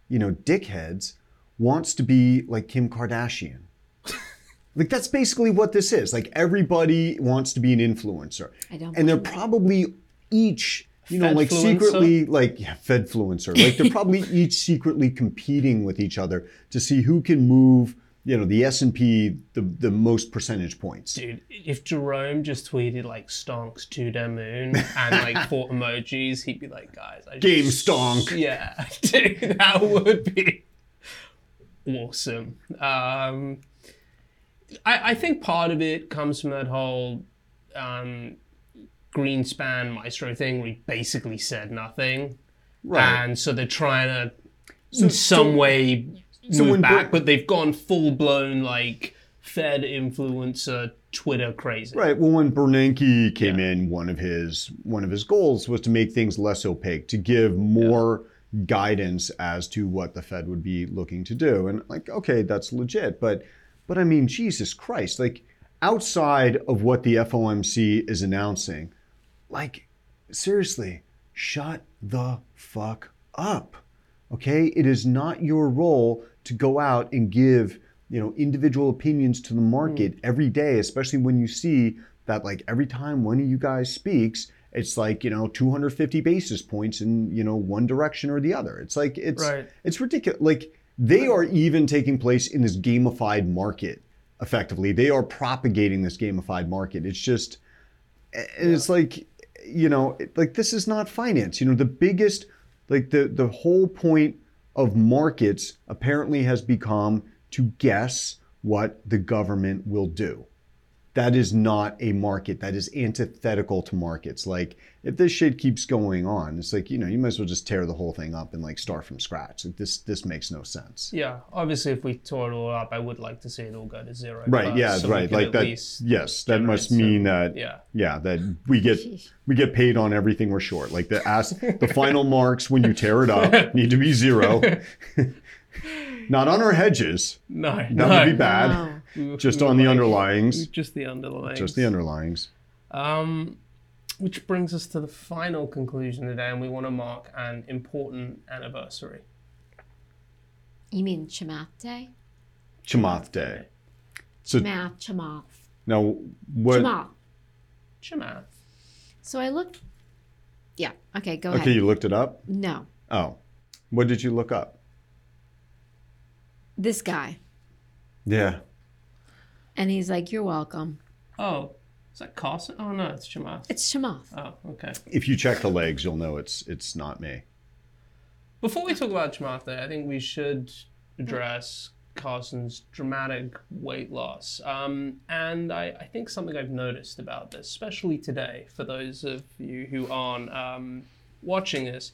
you know, dickheads wants to be like Kim Kardashian. Like that's basically what this is. Like everybody wants to be an influencer, I don't and they're blame probably each, you know, like Fedfluencer? secretly, like yeah, Fedfluencer. Like they're probably each secretly competing with each other to see who can move, you know, the S and P the the most percentage points. Dude, if Jerome just tweeted like stonks to the moon and like four emojis, he'd be like, guys, I Game just- stonk. Yeah, dude, that would be awesome. Um, I, I think part of it comes from that whole um, Greenspan Maestro thing where he basically said nothing. Right. And so they're trying to, in some way, so move when Brit- back, but they've gone full blown like Fed influencer Twitter crazy. Right. Well, when Bernanke came in, one of his one of his goals was to make things less opaque, to give more guidance as to what the Fed would be looking to do. And like, okay, that's legit, but but I mean, Jesus Christ, like outside of what the FOMC is announcing, like seriously, shut the fuck up. Okay? It is not your role to go out and give, you know, individual opinions to the market every day, especially when you see that like every time one of you guys speaks, it's like, you know, 250 basis points in, you know, one direction or the other. It's like it's Right. it's ridiculous. Like they are even taking place in this gamified market effectively. They are propagating this gamified market. It's just and it's like you know it- like this is not finance you know the biggest like the the whole point of markets apparently has become to guess what the government will do that is not a market that is antithetical to markets like if this shit keeps going on it's like you know you might as well just tear the whole thing up and like start from scratch like this this makes no sense Yeah, obviously, if we tore it all up, I would like to see it all go to zero. right first, yeah so we right can like at that least- yes that generate must some- mean that yeah, Yeah, that we get we get paid on everything we're short. Like the ass, the final marks when you tear it up need to be zero. Not on our hedges. no, That no, would be Oh. bad. We- Just we on the like- underlyings. just the underlying, Just the underlyings. Um, which brings us to the final conclusion today, and we want to mark an important anniversary. You mean Chamath Day? Chamath Day. So Math, Chamath. now what? Chamath. Chamath. So I looked. Yeah. Okay, go Okay, ahead. you looked it up. No. Oh, what did you look up? This guy. Yeah. And he's like, You're welcome. Oh, is that Carson? Oh no, it's Chamath. It's Chamath. Oh, okay. If you check the legs, you'll know it's it's not me. Before we talk about Chamath, though, I think we should address Carson's dramatic weight loss. Um, and I, I think something I've noticed about this, especially today, for those of you who aren't um, watching this,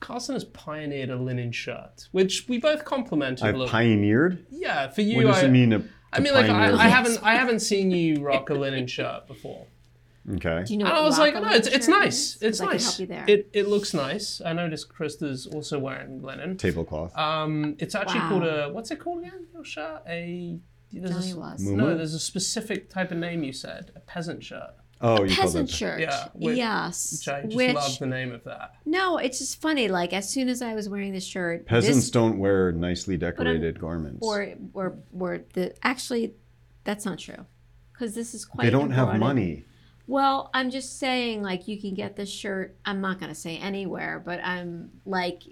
Carson has pioneered a linen shirt, which we both complimented I a little. pioneered. yeah, for you, What does I, it mean? To, I mean, like I, I haven't, I haven't seen you rock a linen shirt before. Okay. Do you know And what I was rock like, no, on it's, it's shirt nice. is? It's 'Cause I can nice. help you there. It, it looks nice. I noticed Krista's also wearing linen. Tablecloth. Um, it's actually Wow. called a what's it called again? Your shirt? A there's Johnny a, was. no, Muumuu? there's a specific type of name you said, a peasant shirt, Oh, you called Peasant it. shirt. Yeah, which- yes. which I just which love the name of that. no, it's just funny. Like as soon as I was wearing this shirt, Peasants this, don't wear nicely decorated garments. or or or the actually, that's not true, because this is quite. they don't have embroidered. money. Well, I'm just saying, like, you can get this shirt. I'm not going to say anywhere, but I'm like,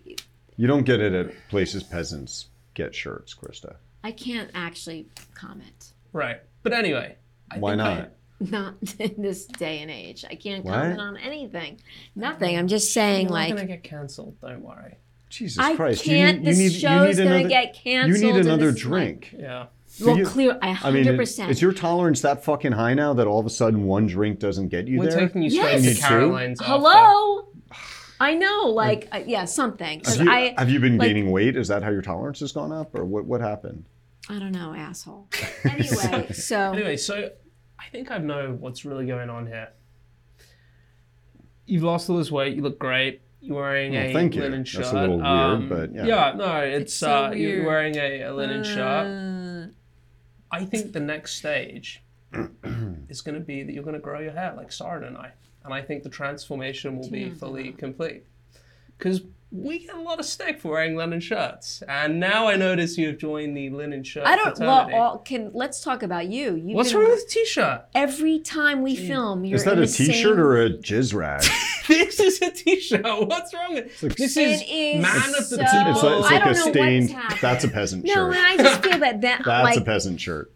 You don't get it at places peasants get shirts, Krista. I can't actually comment. Right. But anyway, I Why think I- not? Not in this day and age. I can't What? comment on anything. Nothing. I'm just saying, You're like, not gonna get canceled. Don't worry. Jesus I Christ! you can't. need- this you need, you need show's gonna another, get You canceled. need and another this is my- drink. Yeah. well, you- clear. I I mean, hundred it- percent. is your tolerance that fucking high now that all of a sudden one drink doesn't get you We're there? taking you straight Yes. You to too? Caroline's. after. Hello. I know, like, uh, yeah, something. 'Cause Have you, I, have you been like- gaining weight? Is that how your tolerance has gone up, or what? What happened? I don't know, asshole. Anyway, so Anyway, so I think I know what's really going on here. You've lost all this weight. You look great. You're wearing Well, a thank you. linen That's a shirt. little weird, um, but yeah. no, it's, so uh, you're weird. wearing a, a linen shirt. Uh, I think the next stage is going to be that you're going to grow your hair like Sarah and I, and I think the transformation will be fully complete. Because we get a lot of stick for wearing linen shirts, and now I notice you have joined the linen shirt I don't. Well, fraternity. all, can let's talk about you. You've What's been- wrong with the t-shirt? Every time we film, you're Is that in a the T-shirt same- or a jizz rag? this is a t-shirt. What's wrong with like- this? Is, It is man of the so- people. It's like, it's I like don't a know what's stained. happening. That's a peasant No, shirt. and I just feel that that that's like a peasant shirt.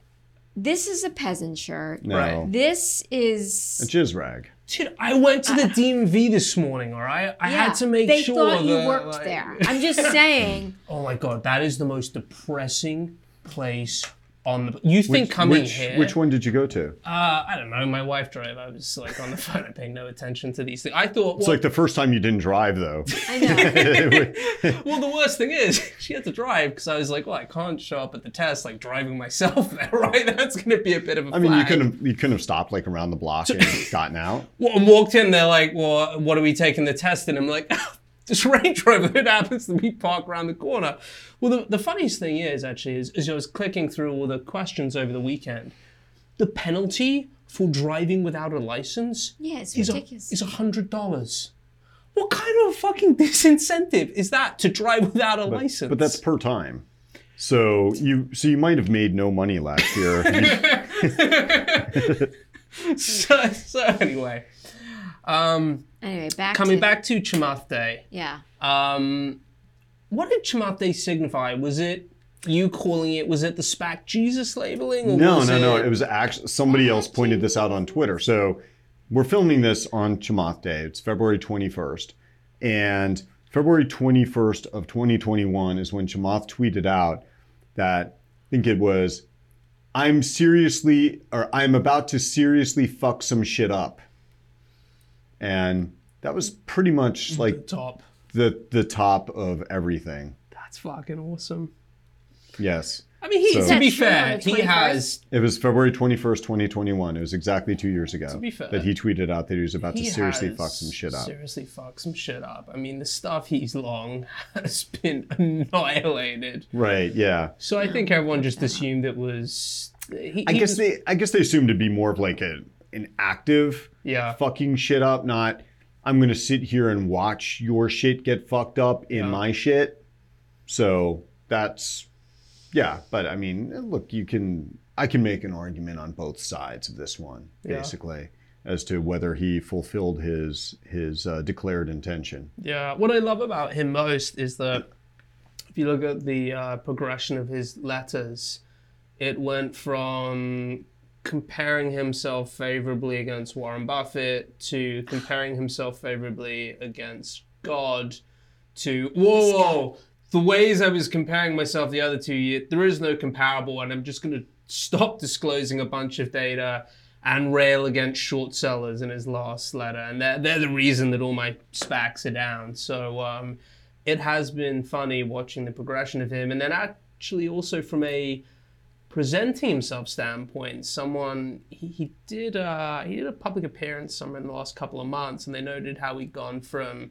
this is a peasant shirt. No, Right. This a is jizz rag. Dude, I went to the DMV this morning. All right, I yeah, had to make they sure thought you that, worked like- there. I'm just saying. Oh my god, that is the most depressing place on the. You think coming which, here? which one did you go to? Uh, I don't know. My wife drove. I was like on the phone. I paid no attention to these things. I thought. It's well, like the first time you didn't drive, though. I know. well, the worst thing is she had to drive because I was like, well, I can't show up at the test like driving myself there, right? That's gonna be a bit of a. I mean, you flag. couldn't have, you couldn't have stopped like around the block and gotten out. Well, and walked in, they're like, well, what are we taking the test? And I'm like, this Range Rover, it happens to be parked around the corner. Well, the, the funniest thing is, actually, is as I was clicking through all the questions over the weekend, the penalty for driving without a license yeah, it's is a, ridiculous. is $100. What kind of fucking disincentive is that to drive without a license? But that's per time. So you so you might have made no money last year. so, so anyway. Um, Anyway, back coming to, back to Chamath Day. Yeah. Um, what did Chamath Day signify? Was it you calling it? Was it the SPAC Jesus labeling? Or no, was no, no. It was actually somebody else pointed this out on Twitter. So we're filming this on Chamath Day. It's February 21st, and February 21st of 2021 is when Chamath tweeted out that I think it was, "I'm seriously, or I'm about to seriously fuck some shit up," and that was pretty much like top. the the top of everything. That's fucking awesome. Yes. I mean, he, So- to That's be true, fair, on the he 21st. has It was February 21st, 2021. It was exactly two years ago be fair. that he tweeted out that he was about he to seriously has fuck some shit up. Seriously fuck some shit up. I mean, the stuff he's long has been annihilated. Right, yeah. So I think everyone just assumed it was. He, I he guess was- they I guess they assumed it'd be more of like a, an active Yeah. fucking shit up, not I'm gonna sit here and watch your shit get fucked up in my shit. So that's yeah, but I mean look, you can I can make an argument on both sides of this one, Yeah. basically, as to whether he fulfilled his his uh, declared intention. Yeah, what I love about him most is that if you look at the uh, progression of his letters, it went from comparing himself favorably against Warren Buffett to comparing himself favorably against God to whoa, whoa the ways I was comparing myself the other two years, there is no comparable, and I'm just going to stop disclosing a bunch of data and rail against short sellers in his last letter, and they're, they're the reason that all my SPACs are down. So um, it has been funny watching the progression of him, and then actually also from a presenting himself standpoint, someone he, he did uh, he did a public appearance somewhere in the last couple of months, and they noted how he'd gone from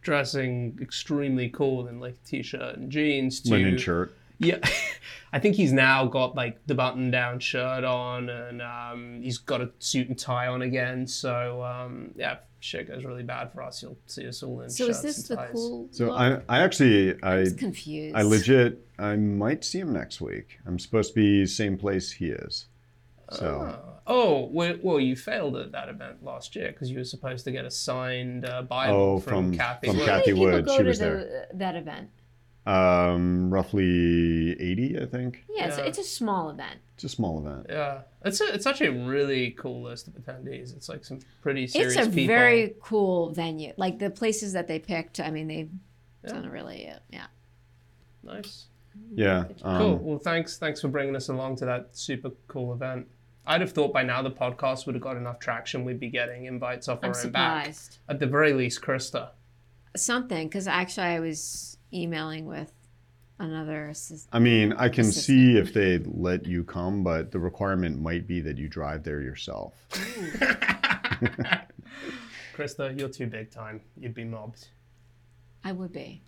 dressing extremely cool in like a t-shirt and jeans to linen shirt. yeah, I think he's now got like the button-down shirt on, and um, he's got a suit and tie on again. So um, yeah, if shit goes really bad for us. You'll see us all in So is shirts this and the ties. cool? So look? I, I actually I was confused. I legit I might see him next week. I'm supposed to be same place he is. So Oh well, well, you failed at that event last year because you were supposed to get a signed uh, Bible Oh, from, from- Kathy. from Wood. How many Kathy people Wood, go she to was the, that event? um, roughly 80, I think. Yeah, It's, Yeah. it's a small event. It's a small event. Yeah, it's a, it's actually a really cool list of attendees. It's like some pretty serious it's a people. very cool venue. Like the places that they picked, I mean, they've done a really, uh, yeah. nice. Yeah. Um, Cool. well, thanks thanks for bringing us along to that super cool event. I'd have thought by now the podcast would have got enough traction. We'd be getting invites off I'm our own back. surprised. At the very least, Krista. Something, because actually I was emailing with another assistant. I mean, I can This is- see if they let you come, but the requirement might be that you drive there yourself. Krista, you're too big time. You'd be mobbed. I would be.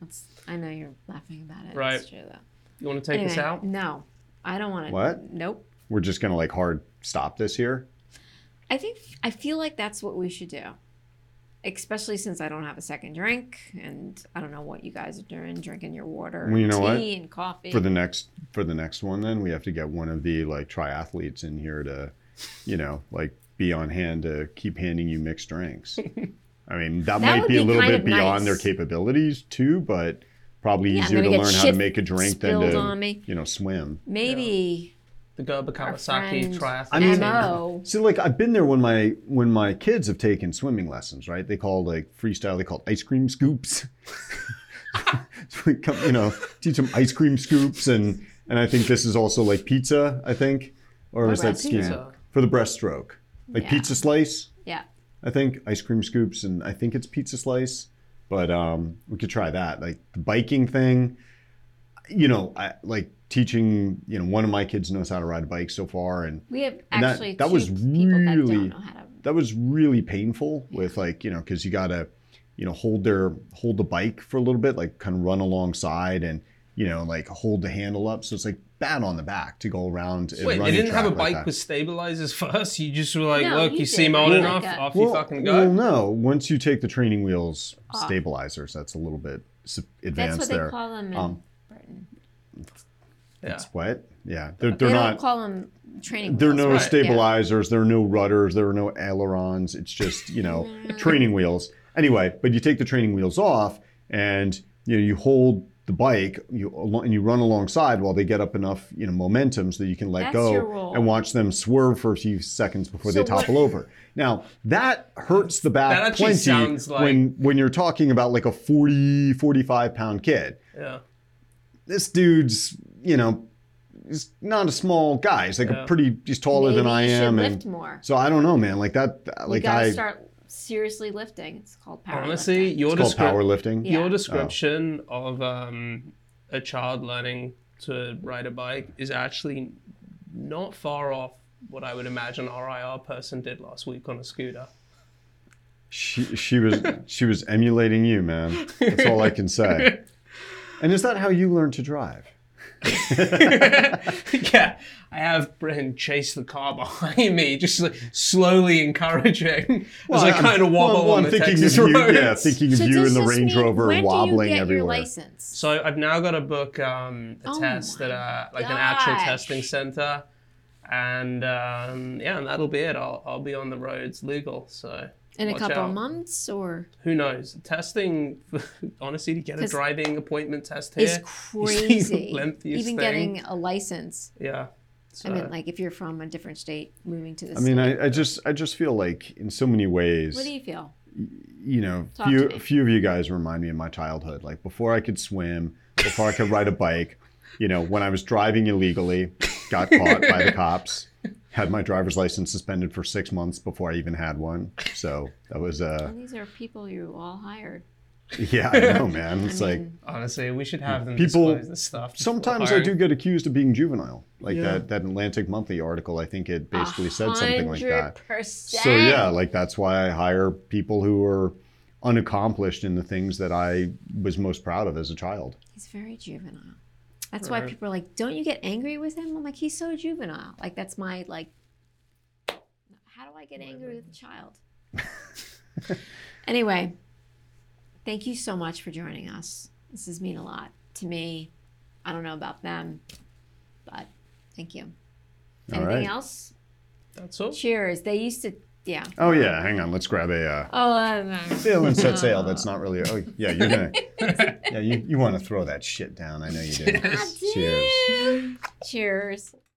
That's, I know you're laughing about it. Right. It's true, though. You want to take us Anyway, out? No, I don't want to. What? Nope. We're just going to like hard stop this here. I think I feel like that's what we should do. Especially since I don't have a second drink and I don't know what you guys are doing, drinking your water Well, you and know what? tea and coffee. For the next for the next one then, we have to get one of the like triathletes in here to, you know, like be on hand to keep handing you mixed drinks. I mean, that, might would be a be little kind bit of nice. beyond their capabilities too, but probably Yeah, I'm easier to gonna get learn how to shit make a drink than spilled to on me. you know, swim. Maybe The Gerber our Kawasaki friend triathlon. I mean- MO. So like I've been there when my when my kids have taken swimming lessons, right? They call like freestyle, they call it ice cream scoops. so we come, you know, teach them ice cream scoops and and I think this is also like pizza, I think. Or is that breast skiing? pizza. For the breaststroke. Like Yeah. pizza slice, Yeah. I think, ice cream scoops, and I think it's pizza slice. But um we could try that. Like the biking thing, you know, I like teaching, you know, one of my kids knows how to ride a bike so far and We have And that- actually that two was people that really- don't know how to that was really painful with like you know because you gotta you know hold their hold the bike for a little bit like kind of run alongside and you know like hold the handle up so it's like bat on the back to go around and Wait, run they didn't have a track like bike that. with stabilizers first. You just were like, No, look, you you, did. seem old Well- enough. Like a- Off you well, fucking Ah. well go. no once you take the training wheels Off. stabilizers that's a little bit s- That's advanced what they there call them in Um, Britain. yeah. it's what yeah they're, They they're don't not call them training. there are wheels, no right? stabilizers there are no rudders there are no ailerons it's just you know training wheels anyway but you take the training wheels off and you know you hold the bike you alo- and you run alongside while they get up enough you know momentum so that you can let That's go your role. and watch them swerve for a few seconds before So they topple over now that hurts the back That actually plenty sounds like- when when you're talking about like a 40 45 pound kid yeah. this dude's you know he's not a small guy he's like Yeah. a pretty he's taller Maybe than i you should am lift and more. so i don't know man like that You like gotta i start seriously lifting. It's called power. Honestly, your, it's called descrip- powerlifting Yeah. your description of um, a child learning to ride a bike is actually not far off what I would imagine our IR person did last week on a scooter. she, she was she was emulating you man that's all i can say and is that how you learned to drive yeah, I have Britain chase the car behind me, just like slowly encouraging as I I'm- kind of wobble well, on I'm the thinking Texas of you, roads. yeah thinking of So you does in the this range mean- rover when wobbling do you get Your everywhere license? So I've now got to book um, a Oh test my at a, like an actual gosh. testing center, and um, yeah, and that'll be it. I'll, I'll be on the roads legal. So In a watch couple out. of months, or who knows? Testing, honestly, to get a 'Cause driving appointment test here, it's the crazy. Even lengthiest thing. getting a license. yeah. So, I mean, like if you're from a different state, moving to the. i mean I, I just i just feel like in so many ways What do you feel? you know, Talk few to me. few of you guys remind me of my childhood. Like before I could swim, before I could ride a bike, you know, when I was driving illegally, got caught by the cops, had my driver's license suspended for six months before I even had one. So that was uh Well, these are people you all hired. yeah, I know, man. It's like honestly, we should have them People- disclose this stuff. before sometimes I hiring. do get accused of being juvenile. Like Yeah. that, that Atlantic Monthly article, I think it basically said something like that. percent. So yeah, like that's why I hire people who are unaccomplished in the things that I was most proud of as a child. He's very juvenile. That's why Right. people are like, "Don't you get angry with him?" I'm like, "He's so juvenile." Like that's my like. How do I get angry with a child? anyway, thank you so much for joining us. This has mean a lot to me. I don't know about them, but thank you. All Anything right. else? That's all. Cheers. They used to Yeah. Oh yeah, hang on. Let's grab a uh, Oh, uh, sail and set sail. That's not really. Oh yeah, you're gonna. yeah, you, you want to throw that shit down. I know you do. I Cheers. do. cheers.